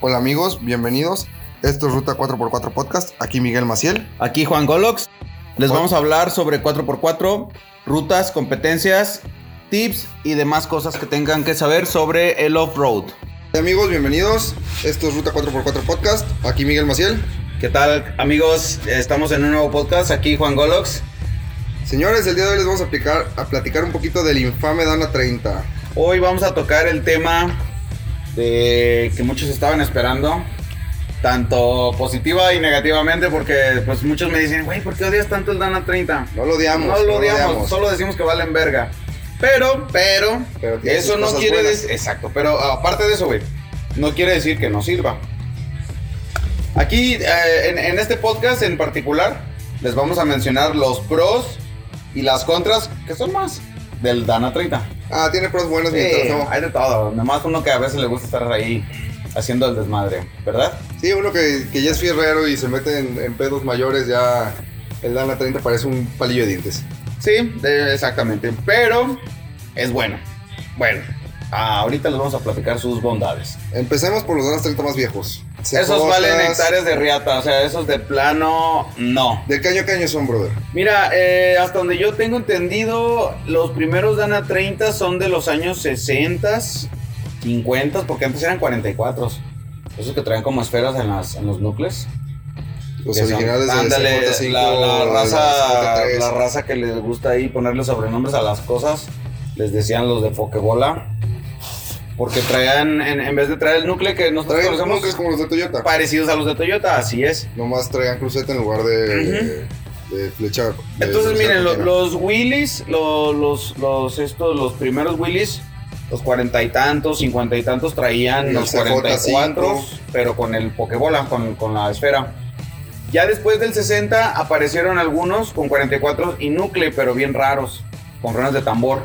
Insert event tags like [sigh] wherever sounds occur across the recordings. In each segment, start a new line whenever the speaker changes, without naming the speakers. Hola amigos, bienvenidos. Esto es Ruta 4x4 Podcast. Aquí Miguel Maciel.
Aquí Juan Golox. Les
Hola.
vamos a hablar sobre 4x4, rutas, competencias, tips y demás cosas que tengan que saber sobre el off-road.
Hola, amigos, bienvenidos. Esto es Ruta 4x4 Podcast. Aquí Miguel Maciel.
¿Qué tal amigos? Estamos en un nuevo podcast. Aquí Juan Golox.
Señores, el día de hoy les vamos a, aplicar- a platicar un poquito del infame Dana 30.
Hoy vamos a tocar el tema de que muchos estaban esperando, tanto positiva y negativamente, porque pues muchos me dicen, güey, ¿por qué odias tanto el Dana 30?
No lo odiamos.
no lo odiamos,
odiamos.
solo decimos que valen verga. Pero, pero,
Pero tiene
eso
sus
no
cosas
quiere
buenas.
decir. Exacto, pero aparte de eso, güey, no quiere decir que no sirva. Aquí, eh, en, en este podcast en particular, les vamos a mencionar los pros y las contras, que son más, del Dana 30.
Ah, tiene pros buenos
Sí,
mientras no.
hay de todo, nomás uno que a veces le gusta estar ahí haciendo el desmadre, ¿verdad?
Sí, uno que, que ya es fierrero y se mete en, en pedos mayores, ya el Dana 30 parece un palillo de dientes.
Sí, de- exactamente. Pero es bueno. Bueno, ahorita les vamos a platicar sus bondades.
Empecemos por los Danas 30 más viejos.
esos
Cejotas.
valen hectáreas de riata, o sea, esos de plano, no.
¿De qué año a qué año son, brother?
Mira, eh, hasta donde yo tengo entendido, los primeros Dana 30 son de los años 60, 50, porque antes eran 44. Esos que traen como esferas en, las, en los núcleos.
Los
Que son-
originales de
ándale,
55,
la, la
de
raza,
73.
la raza que les gusta ahí ponerle sobrenombres a las cosas, les decían los de Pokebola. Porque traían, en, en vez de traer el núcleo que nosotros
Traen
conocemos,
bunkers como los de Toyota.
parecidos a los de Toyota, así es.
Nomás traigan cruceta en lugar de, de flecha. de
Entonces,
flecha
miren, lo-
continua.
los Willys, lo- los, los, estos, los primeros Willys, los cuarenta y tantos, cincuenta y tantos, traían
El
los
CJ5.
cuarenta y cuatro, pero con el Pokébola, con, con la esfera. Ya después del 60 aparecieron algunos con 44 y núcleo, pero bien raros, con frenos de tambor.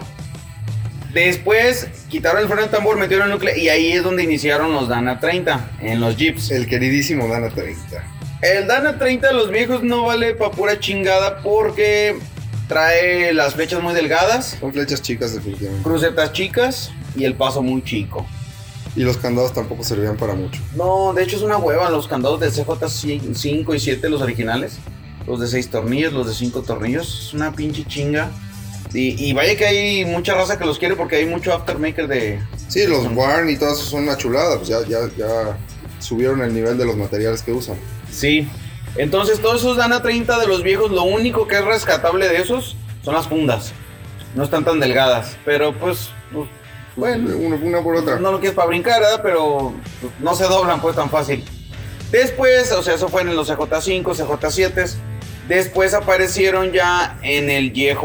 Después quitaron el freno de tambor, metieron el núcleo y ahí es donde iniciaron los Dana 30 en los Jeeps.
El queridísimo Dana 30.
El Dana 30 de los viejos no vale pa' pura chingada porque trae las flechas muy delgadas,
Son flechas chicas, definitivamente.
crucetas chicas y el paso muy chico.
Y los candados tampoco servían para mucho.
No, de hecho es una hueva los candados de CJ5 y 7, los originales. Los de 6 tornillos, los de 5 tornillos. Es una pinche chinga. Y, y vaya que hay mucha raza que los quiere porque hay mucho aftermaker de...
Sí, los Warn y todas son una chulada. Pues ya, ya, ya subieron el nivel de los materiales que usan.
Sí. Entonces todos esos Dana 30 de los viejos, lo único que es rescatable de esos son las fundas. No están tan delgadas, pero pues... pues, bueno.
Una, una por otra.
No lo quieres para brincar, ¿verdad? Pero pues, no se doblan pues tan fácil. Después, o sea, eso fue en los CJ5, CJ7. Después aparecieron ya en el YJ.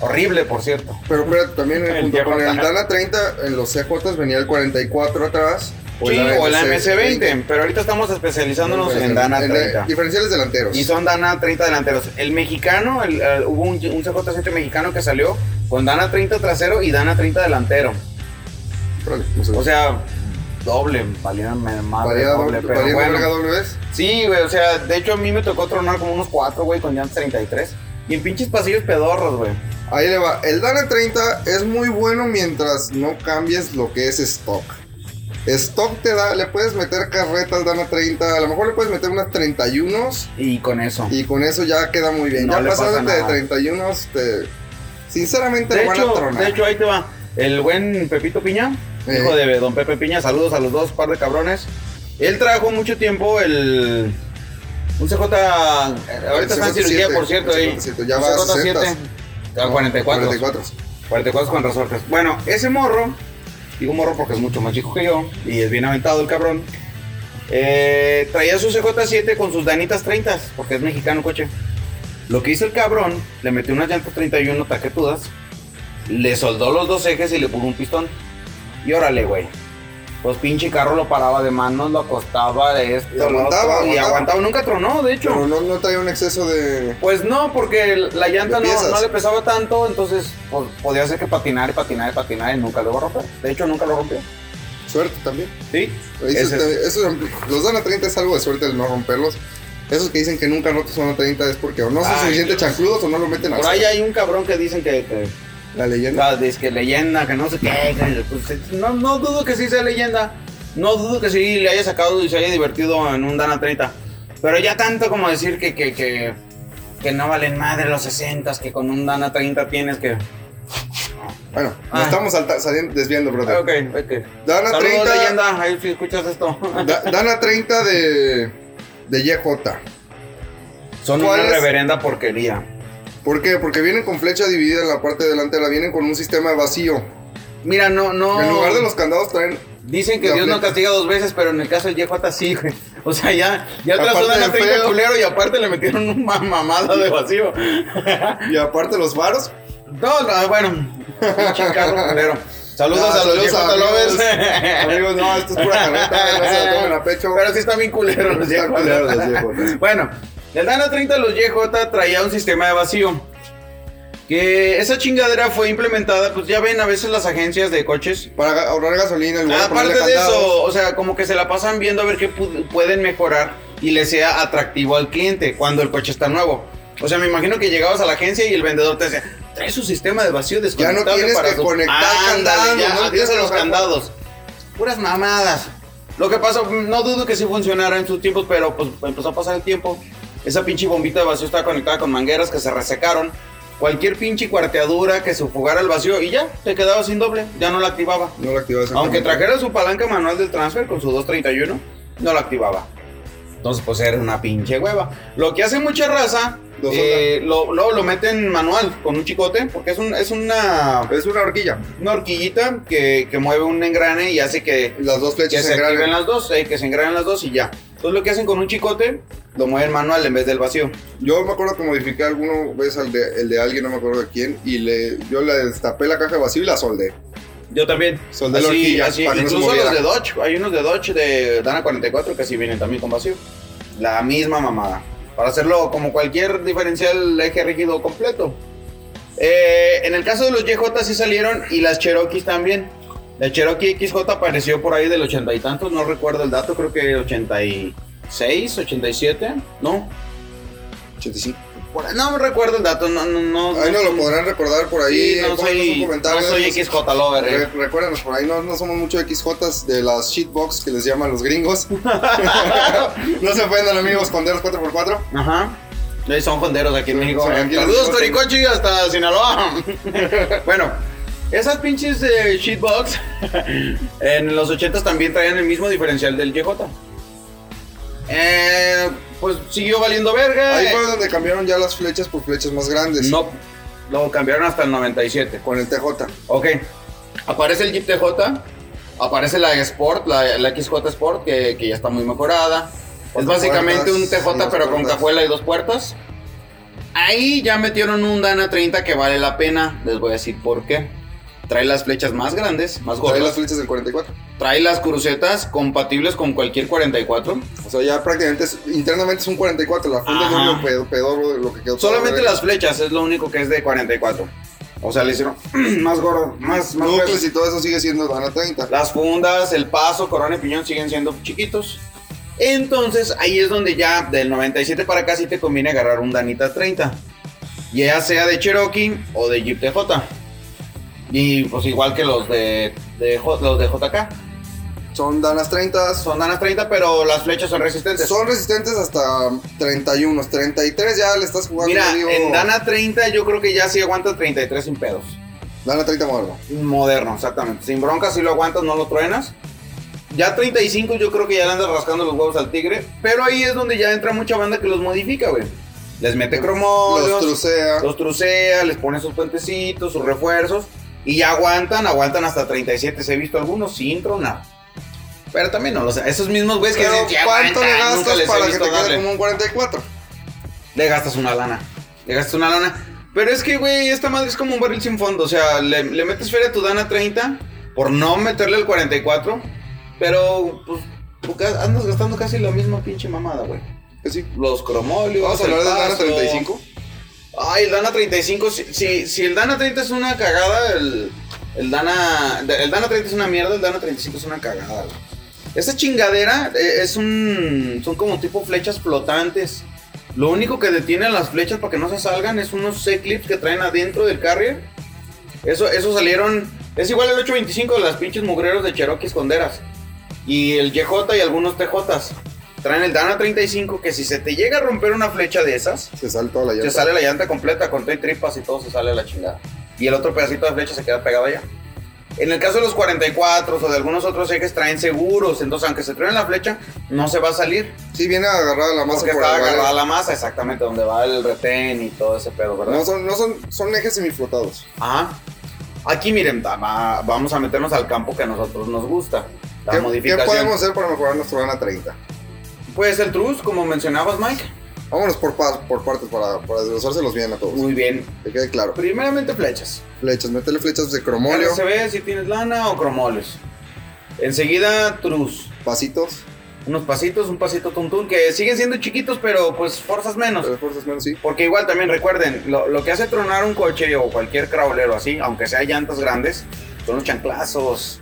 Horrible, por cierto.
Pero espérate, también
El
junto con
TJ.
el Dana 30, en los CJ venía el 44 atrás.
sí, o Pues la
MC
MS20. Pero ahorita estamos especializándonos Pues en Dana 30.
Diferenciales delanteros.
Y son Dana 30 delanteros. El mexicano, el, eh, hubo un, un CJ7 mexicano que salió con Dana 30 trasero y Dana 30 delantero.
Órale, no sé.
O sea, doble, valía madre,
Variedad
doble,
doble,
pero
variedad
bueno.
verga doble vez.
Sí, güey, o sea, de hecho a mí me tocó tronar como unos cuatro, güey, con llantas 33. Y en pinches pasillos pedorros, güey.
Ahí le va. El Dana 30 es muy bueno mientras no cambies lo que es stock. Stock te da, le puedes meter carreta al Dana 30, a lo mejor le puedes meter unas 31
Y con eso.
y con eso ya queda muy bien.
No
ya
le pasa
pasándote de
nada.
31, te, sinceramente
de,
lo van a
hecho,
tronar.
de hecho, ahí te va. El buen Pepito Piña,
Eh.
hijo de don Pepe Piña, saludos a los dos, par de cabrones. Él trajo mucho tiempo el. Un CJ. Ahorita está en cirugía,
57,
por cierto.
el
ahí.
57, ya
Un
va a
CJ7.
60.
A 44.
44.
44 con resortes. Bueno, ese morro, digo morro porque es mucho más chico que yo y es bien aventado el cabrón. eh, traía su CJ7 con sus danitas 30 porque es mexicano coche. Lo que hizo el cabrón, le metió unas llantas 31 taquetudas, le soldó los dos ejes y le puso un pistón. Y órale, güey. Pues pinche carro lo paraba de manos, lo acostaba, esto,
Y
lo otro,
aguantaba,
y
aguantaba.
aguantaba. Nunca tronó, de hecho.
Pero no, no trae un exceso de.
Pues no, porque la llanta
¿De
no,
piezas?
no le pesaba tanto, entonces pues, podía hacer que patinar y patinar y patinar y nunca lo iba a romper. De hecho, nunca lo rompió.
Suerte también.
¿Sí?
Eso
Ese es.
te- eso- los Dana 30 es algo de suerte el no romperlos. Esos que dicen que nunca rotos son a 30 es porque o no son
Ay,
suficientes
Dios.
chancludos o no lo meten a
Por ahí hay un cabrón que dicen que, que,
la
o
leyenda.
sea, dice que leyenda, que no sé qué. que- pues, no, no dudo que sí sea leyenda. No dudo que sí le haya sacado y se haya divertido en un Dana 30. Pero ya tanto como decir que, que, que, que no valen madre los 60, que con un Dana 30 tienes que.
Bueno, nos
Ah.
estamos salta- saliendo, desviando, brother.
Ah, Ok, ok.
Dana
Saludos,
30.
leyenda. Ahí si escuchas esto.
Da- Dana 30 de, de YJ.
Son
¿Cuál
una
es?
reverenda porquería.
¿Por qué? Porque vienen con flecha dividida en la parte delantera, vienen con un sistema vacío.
Mira, no, no.
En lugar de los candados traen...
Dicen que
La
Dios no
flecha.
castiga dos veces, pero en el caso del YJ sí, güey. O sea, ya, ya
Aparte
trazó
de
Dana 30
feo.
culero y aparte le metieron una mamada de vacío.
Y aparte los faros.
No, no, bueno. pinche carro culero. Saludos
No,
a los
Ah, saludos a
YJ
amigos. [laughs]
lovers.
Amigos, no, esto es pura caneta, no se la tomen a pecho.
Pero sí están bien culeros los
Están
YJ.
culeros los YJ.
Bueno, el Dana 30 los YJ traía un sistema de vacío. Que esa chingadera fue implementada, pues ya ven a veces las agencias de coches.
Para ga- ahorrar gasolina, en lugar de ponerle
Ah, Aparte de
candados.
eso, o sea, como que se la pasan viendo a ver qué pu- pueden mejorar y le sea atractivo al cliente cuando el coche está nuevo. O sea, me imagino que llegabas a la agencia y el vendedor te decía, trae su sistema de vacío desconectable
tienes
para
que
su-".
conectar
Ándale,
candados,
ya,
no
adiós
tienes
a
que
los
bajar-
candados. Puras mamadas. Lo que pasa, no dudo que sí funcionara en sus tiempos, pero pues empezó a pasar el tiempo. Esa pinche bombita de vacío estaba conectada con mangueras que se resecaron. Cualquier pinche cuarteadura que se fugara el vacío y ya, te quedaba sin doble, ya no la activaba.
No lo activas.
Aunque trajera su palanca manual del transfer con su 231, no la activaba. Entonces, pues era una pinche hueva. Lo que hace mucha raza,
Lo
eh, lo, lo, lo meten manual con un chicote, porque es, un, es una,
Es una horquilla.
una horquillita que, que mueve un engrane y hace que,
Las dos
que
flechas
se
se
activen
engranen.
las dos, eh, que se engranen las dos y ya. Entonces, lo que hacen con un chicote, lo mueven manual en vez del vacío.
Yo me acuerdo que modifiqué alguna vez al de- el de alguien, no me acuerdo de quién, y le, yo le destapé la caja de vacío y la soldé.
Yo también.
Son de la horquilla, para que no se
incluso
moviera.
los de Dodge, hay unos de Dodge de Dana 44 que sí vienen también con vacío. La misma mamada. Para hacerlo como cualquier diferencial eje rígido completo. Eh, en el caso de los YJ sí salieron y las Cherokees también. La Cherokee XJ apareció por ahí del ochenta y tantos, no recuerdo el dato, creo que 86, 87, no.
85.
Por ahí- no recuerdo el dato, no, no, no.
Ahí
no
no lo
son-
podrán recordar por ahí.
Sí, no
pónganos un
soy, no
comentario,
soy
nos-
XJ lover, eh.
Re- Recuérdenos, por ahí no, no somos mucho XJs de las shitbox que les llaman los
[laughs]
gringos. no se ofendan, amigos, con dedos 4x4.
Ajá. Eh, Son honderos aquí en
Son-
México.
son aquí en
Saludos,
México.
Toricochi, hasta Sinaloa.
[laughs]
bueno, esas pinches de shitbox [laughs] en los 80 también traían el mismo diferencial del YJ. Eh, pues siguió valiendo verga.
Ahí fue donde cambiaron ya las flechas por flechas más grandes.
No, lo cambiaron hasta el 97.
Con el TJ.
Ok. Aparece el Jeep TJ, aparece la Sport, la, la XJ Sport, que, que ya está muy mejorada. Es
Cuatro
básicamente
puertas,
un TJ
unas
pero con
puertas.
cajuela y dos puertas. Ahí ya metieron un Dana 30 que vale la pena. Les voy a decir por qué. Trae las flechas más grandes, más
Trae las
gordas.
flechas del 44.
Trae las crucetas compatibles con cualquier 44.
O sea, ya prácticamente es- internamente es un 44. La funda
Ajá.
no lo pedo, pedorro de lo que quedó.
Solamente
Todavía.
las flechas es lo único que es de 44. O sea, le hicieron [clears throat] más gordo, más, más grueso.
Núcleos y todo eso sigue siendo Dana 30.
Las fundas, el paso, corona y piñón siguen siendo chiquitos. Entonces ahí es donde ya del 97 para acá sí te conviene agarrar un Danita 30. Ya sea de Cherokee o de Jeep TJ. Y pues igual que los de, de J- los de JK.
Son Danas 30.
Son Danas 30 pero las flechas son resistentes.
Son resistentes hasta 31. 33 ya le estás jugando.
Mira,
yo digo,
en Dana 30 yo creo que ya sí aguanta 33 sin pedos.
Dana 30 moderno.
Moderno, exactamente. Sin bronca, si lo aguantas, no lo truenas. Ya 35 yo creo que ya le andas rascando los huevos al tigre. Pero ahí es donde ya entra mucha banda que los modifica, güey. Les mete
Los
cromos, los,
trucea.
trucea, les pone sus puentecitos, sus refuerzos. Y ya aguantan, aguantan hasta 37. Se he visto algunos sin tronar. Pero también no, o sea, esos mismos güeyes que
Pero
dicen, "Sí
¿cuánto le
aguantan",
gastas
nunca les he
para que
visto
te quede
darle
como un 44?
le gastas una lana. Le gastas una lana. Pero es que, güey, esta madre es como un barril sin fondo. O sea, le, le metes feria a tu Dana 30 por no meterle el 44. Pero, pues, tú ca- andas gastando casi la misma pinche mamada, güey.
Que sí.
Los cromolios.
Vamos a
el
hablar del Dana
paso.
35.
Ay, el Dana 35. Si, si, si el Dana 30 es una cagada, el, el Dana. El Dana 30 es una mierda, el Dana 35 es una cagada, güey. Esa chingadera eh, es un. Son como tipo flechas flotantes. Lo único que detiene a las flechas para que no se salgan es unos C-clips que traen adentro del carrier. Eso, eso salieron. Es igual el 825 de las pinches mugreros de Cherokee esconderas. Y el YJ y algunos TJs. Traen el Dana 35 que si se te llega a romper una flecha de esas,
Se sale toda la
se
llanta.
sale la llanta completa con todo y tripas y todo se sale a la chingada. Y el otro pedacito de flecha se queda pegado allá. En el caso de los 44 o de algunos otros ejes traen seguros, entonces aunque se truene la flecha, no se va a salir.
Sí, viene agarrada la masa
Porque
por
está
el
agarrada
galero.
la masa, exactamente, donde va el retén y todo ese pedo, ¿verdad?
No son, no son, son ejes semiflotados.
Ajá. Aquí miren, va- va- vamos a meternos al campo que a nosotros nos gusta. La
¿Qué, qué
modificación.
podemos hacer para mejorar nuestro Dana 30?
Puede ser trus, como mencionabas, Mike.
Vámonos por, par- por partes para, para desglosárselos bien a todos.
Muy bien.
Que quede claro.
Primeramente flechas.
Flechas, métele flechas de cromolio,
Se ve si tienes lana o cromoles. Enseguida, trus.
pasitos.
Unos pasitos, un pasito tuntún, que siguen siendo chiquitos, pero pues forzas menos.
Tres fuerzas menos, sí.
Porque igual también recuerden, lo, lo que hace tronar un coche o cualquier crawlero así, aunque sea llantas grandes, son los chanclazos.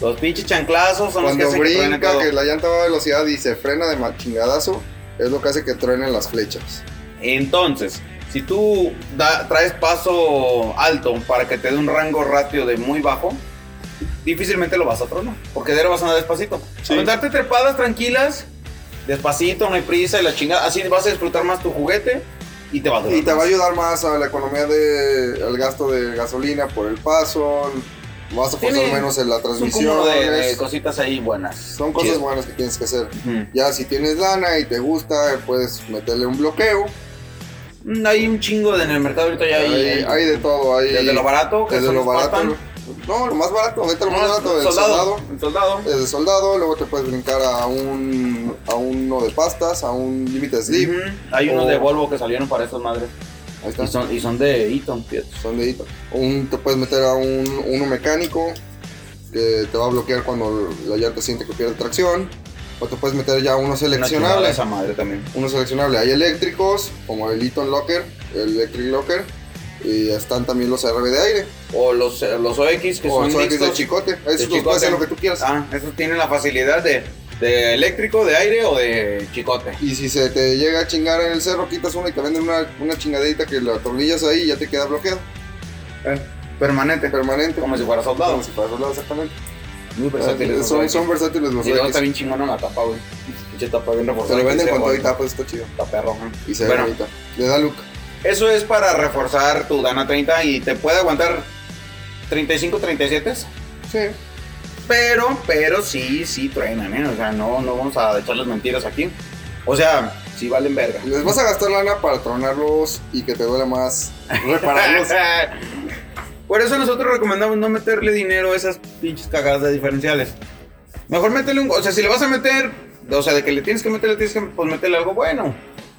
Los pinches chanclazos son
Cuando
los que hacen que truene
brinca,
todo.
que la llanta va a velocidad y se frena de ma- chingadazo, es lo que hace que truenen las flechas.
Entonces, si tú da- traes paso alto para que te dé un rango ratio de muy bajo, difícilmente lo vas a tronar, porque de ahí lo vas a andar despacito.
Sí.
Aventarte trepadas tranquilas, despacito, no hay prisa y la chingada. Así vas a disfrutar más tu juguete y te va a durar.
Y te va a
más.
ayudar más a la economía de- al gasto de gasolina por el paso. Vas a forzar
Tiene-
menos en la
Es un
transmisión.
cúmulo de, de
es-
cositas ahí buenas.
son cosas
Chido. Mm.
buenas que tienes que hacer.
Ujú.
Ya si tienes lana y te gusta, puedes meterle un bloqueo.
Mm, Hay un chingo de- en el mercado ahorita ya hay.
hay, hay de todo. Hay,
Desde lo barato, que
desde
son
lo
los
barato.
Spartan.
No, lo más barato, vete a lo más
No,
barato. El soldado.
soldado. El soldado.
El soldado, luego te puedes brincar a un a uno de pastas, a un límite slip.
Ujú. Hay unos
O-
de Volvo que salieron para esas madres.
Ahí está.
Y son, y son de Eaton, fíjate.
Son de hito. Un, te puedes meter a un uno mecánico que te va a bloquear cuando la llanta siente que pierde tracción. O te puedes meter ya a uno
Una chulada
seleccionable.
Esa madre también.
Uno seleccionable. Hay eléctricos, como el Eaton Locker, el Electric Locker. Y están también los RB de aire.
O los, eh, los OX que
o
son
son de
mixtos.
chicote. Esos los
chicote.
puedes hacer lo que tú quieras.
Ah, esos tienen la facilidad de, de eléctrico, de aire o de chicote.
Y si se te llega a chingar en el cerro, quitas una y te venden una, una chingadita que la atornillas ahí y ya te queda bloqueado.
Permanente.
Eh, Permanente.
Como si fuera soldado.
Como si fuera soldado, exactamente.
Muy versátiles.
Ah,
los
son,
OX.
son versátiles los
Y luego está
Rolex.
bien chingona la tapa, güey. Pinche tapa bien
Se
reforzada.
lo venden
que
con
sea
todo y
bonita.
tapas, está chido.
Está perro, ajá.
Y se ve
Bueno,
bonita. Le da look.
Eso es para reforzar tu Dana 30 y te puede aguantar 35, 37.
Sí.
Pero, pero sí, sí truenan, ¿eh? O sea, no, no vamos a echarles mentiras aquí. O sea, sí valen verga.
Les vas a gastar lana para tronarlos y que te duele más [laughs]
[laughs]
repararlos.
Por eso nosotros recomendamos no meterle dinero a esas pinches cagadas de diferenciales. Mejor métele un... O sea, si le vas a meter... O sea, de que le tienes que meter, le tienes que... Pues métele algo bueno.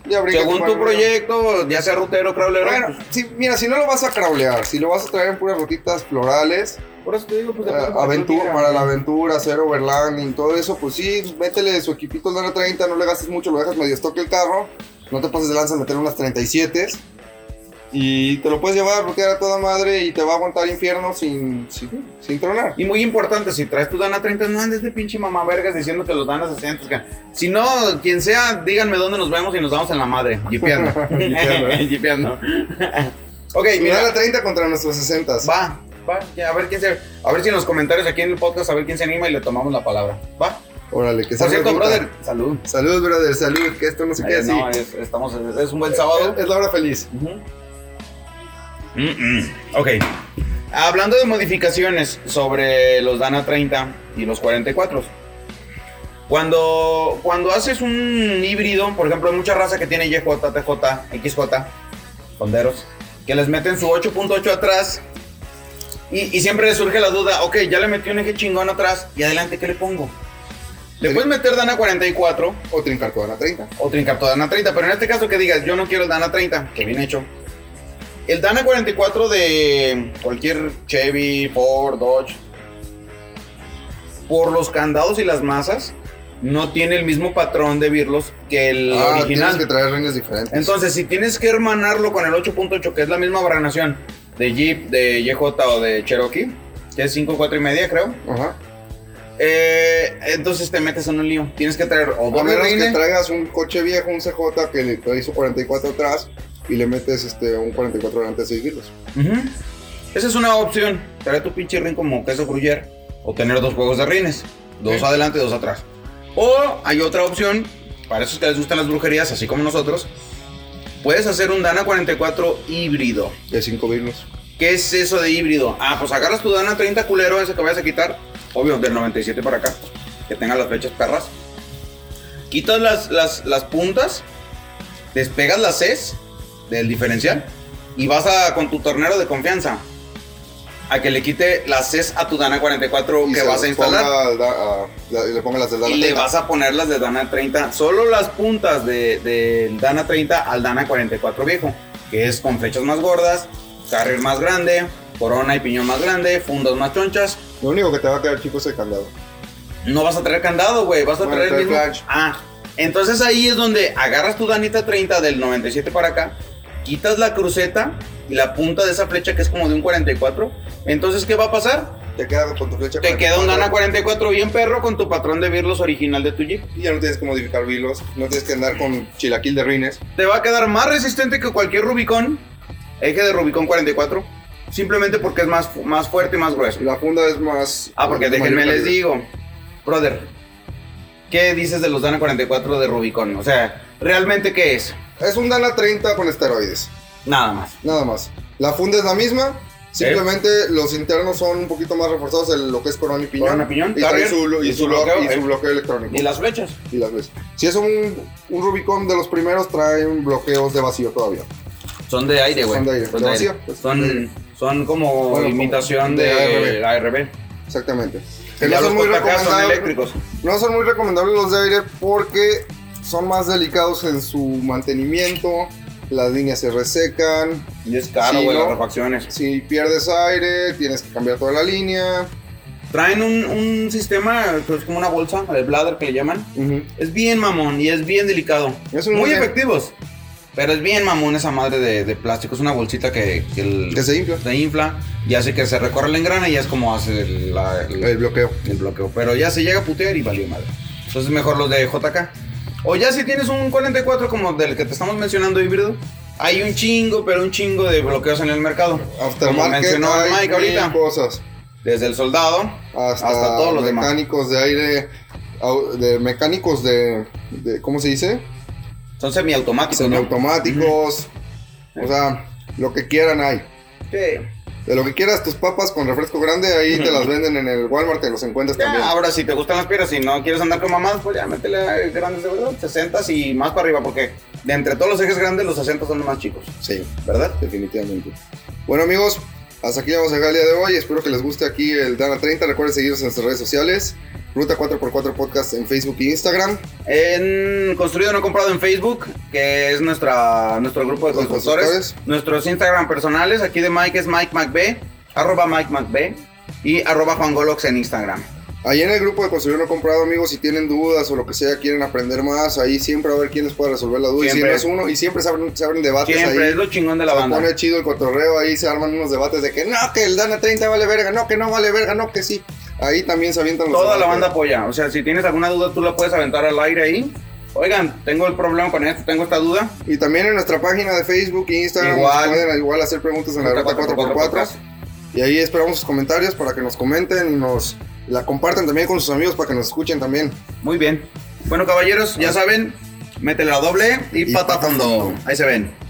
Ya brinca
Según tu
mano,
proyecto, ya sea rutero, crawler...
Bueno,
pues,
si, mira, si no lo vas a craulear, si lo vas a traer en puras rutitas florales,
por eso te digo, pues...
Eh,
depende de lo que tú
aventura,
quieras.
para la aventura, hacer overlanding, todo eso, pues sí, métele su equipito al Dana 30, no le gastes mucho, lo dejas medio estoque el carro, no te pases de lanza, meter unas 37 y te lo puedes llevar a bloquear a toda madre y te va a aguantar infierno sin, sin, sin tronar.
Y muy importante, si traes tu Dana 30, no andes de pinche mamá vergas diciendo que los Danas 60. que- Si no, quien sea, díganme dónde nos vemos y nos damos en la madre. Jipeando.
[laughs] Jipeando.
[laughs] Jipeando. ok,
Y
mira.
mira la 30 contra nuestros 60.
Va, va. ya, a ver quién se. A ver si en los comentarios aquí en el podcast, a ver quién se anima y le tomamos la palabra. Va.
Órale, que
Por
salud.
cierto,
puta.
brother. Salud.
Salud, brother, salud, que esto no se quede
Eh,
así.
no, eh. es, estamos, es, es un buen sábado.
Es la hora feliz.
Ujú. Mm-mm. Ok. Hablando de modificaciones sobre los Dana 30 y los 44. Cuando, cuando haces un híbrido, por ejemplo, hay mucha raza que tiene YJ, TJ, XJ, honderos, que les meten su 8.8 atrás y, y siempre surge la duda, ok, ya le metí un eje chingón atrás y adelante, ¿qué le pongo? Le puedes meter Dana 44,
O trincar tu Dana 30.
o trincapto Dana 30, pero en este caso que digas, yo no quiero el Dana 30, que bien hecho. El Dana 44 de cualquier Chevy, Ford, Dodge, por los candados y las masas, no tiene el mismo patrón de birlos que el
ah, tienes
original.
que traer rines diferentes.
Entonces, si tienes que hermanarlo con el 8.8, que es la misma abranación de Jeep, de YJ o de Cherokee, que es 5, 4 y media, creo.
Ajá.
eh, entonces te metes en un lío. Tienes que traer o
A
doble
menos que
reine.
traigas un coche viejo, un CJ que le traes un 44 atrás y le metes este, un 44 delante de 6 kilos.
Ujú. Esa es una opción. Traer tu pinche rin como queso gruyer o tener dos juegos de rines. Dos
Sí.
adelante, dos atrás. O hay otra opción, para esos que les gustan las brujerías, así como nosotros. Puedes hacer un Dana 44 híbrido.
De cinco virus.
¿Qué es eso de híbrido? Ah, pues agarras tu Dana 30 culero, ese que vayas a quitar, obvio, del 97 para acá, que tenga las flechas perras. Quitas las, las, las puntas, despegas las Cs del diferencial y vas a, con tu tornero de confianza a que le quite las Cs a tu Dana 44 que vas a instalar.
y le ponga las del Dana
Y le
30.
vas a poner las de Dana 30, solo las puntas de, del Dana 30 al Dana 44 viejo, que es con flechas más gordas, carril más grande, corona y piñón más grande, fundas más chonchas.
Lo único que te va a quedar chico es el candado.
No vas a traer candado, güey, vas a
Bueno,
traer el
trae
mismo.
flash.
Ah, entonces ahí es donde agarras tu Danita 30 del 97 para acá, quitas la cruceta y la punta de esa flecha que es como de un 44. Entonces, ¿qué va a pasar?
Te queda con tu flecha.
Te queda un Dana
cuarenta
44 bien perro con tu patrón de Virlos original de tu Jeep.
Y ya no tienes que modificar vilos. No tienes que andar con chilaquil de rines.
te va a quedar más resistente que cualquier Rubicon, eje de Rubicon 44, simplemente porque es más, fu- más fuerte y más grueso.
La funda es más.
Ah, porque
de
déjenme
mayor
les
calidad.
digo, brother, ¿qué dices de los Dana 44 de Rubicon? O sea, ¿realmente qué es?
Es un Dana 30 con esteroides.
Nada más.
Nada más. La funda es la misma. Simplemente los internos son un poquito más reforzados en lo que es corona y piñón.
Corona, piñón,
y trae
carrier,
su, lo- y
y
su
su
lo-
bloqueo,
y su
eh.
bloqueo electrónico.
¿Y las flechas?
Y las ves. Si es un, un Rubicon de los primeros, trae un bloqueos de vacío todavía.
Son de aire, güey.
Son de aire, de
aire.
vacío, pues.
Son, son como
Bueno, como
imitación
de
de,
ARB.
ARB.
Exactamente.
Y
Que
ya
no son
los
muy
cotacas son
recomendables.
eléctricos.
No son muy recomendables los de aire porque son más delicados en su mantenimiento. Las líneas se resecan.
Y es caro,
Sí,
güey,
¿no?
las refacciones.
Si pierdes aire, tienes que cambiar toda la línea.
Traen un, un sistema, que es como una bolsa, el bladder que le llaman,
Ujú.
Es bien mamón y es bien delicado.
Es un
Muy
buen-
efectivos. Pero es bien mamón esa madre de, de plástico. Es una bolsita que, que el-
Que se infla.
se infla y hace que se recorre el engrana y es como hace el, la- el-
El bloqueo.
el bloqueo. Pero ya se llega a putear y valió madre. Entonces mejor los de JK. O ya si tienes un 44 como del que te estamos mencionando híbrido, hay un chingo, pero un chingo de bloqueos en el mercado. Como
Aftermarket
mencionó el
hay
Mike
mil
ahorita.
cosas.
Desde el soldado
Hasta,
hasta, todos los demás.
mecánicos de aire. au- De mecánicos de, de- ¿Cómo se dice?
Son semiautomáticos. ¿no?
Semiautomáticos. O sea, lo que quieran hay.
Sí.
De lo que quieras, tus papas con refresco grande, ahí te
[laughs]
las venden en el Walmart, te los encuentras
Ya,
también.
ahora, si te gustan las piedras y no quieres andar con mamadas, pues ya métele a grandes de verdad, 60 y más para arriba, porque de entre todos los ejes grandes, los 60 son los más chicos,
Sí,
¿verdad?
definitivamente. Bueno, amigos, hasta aquí vamos a llegar el día de hoy. Espero que les guste aquí el Dana 30. Recuerden seguirnos en nuestras redes sociales: Ruta 4x4 Podcast en Facebook y Instagram.
En Construido No Comprado en Facebook, que es nuestra, nuestro grupo de
Los
constructores,
constructores.
nuestros Instagram personales, aquí de Mike es Mike McB, arroba Mike McB y arroba Juan Golox en Instagram.
Ahí en el grupo de Construir No Comprado, amigos, si tienen dudas o lo que sea, quieren aprender más, ahí siempre va a ver quién les puede resolver la duda. Y siempre
Siempre.
es uno, y siempre se abren, se abren debates
Siempre
ahí.
es lo chingón de la
Se
banda.
pone chido el cotorreo, ahí se arman unos debates de que no, que el Dana 30 vale verga, no, que no vale verga, no, que sí. Ahí también se avientan los
Toda la
debates.
banda apoya. O sea, si tienes alguna duda, tú la puedes aventar al aire ahí. Oigan, tengo el problema con esto, tengo esta duda.
Y también en nuestra página de Facebook e Instagram nos
Igual.
pueden igual hacer preguntas en la
Ruta
ruta 4x4.
Podcast.
Y ahí esperamos sus comentarios para que nos comenten y nos la compartan también con sus amigos para que nos escuchen también.
Muy bien. Bueno, caballeros, ya saben, métele la doble y,
Y
pata
pata
fondo.
fondo.
Ahí se ven.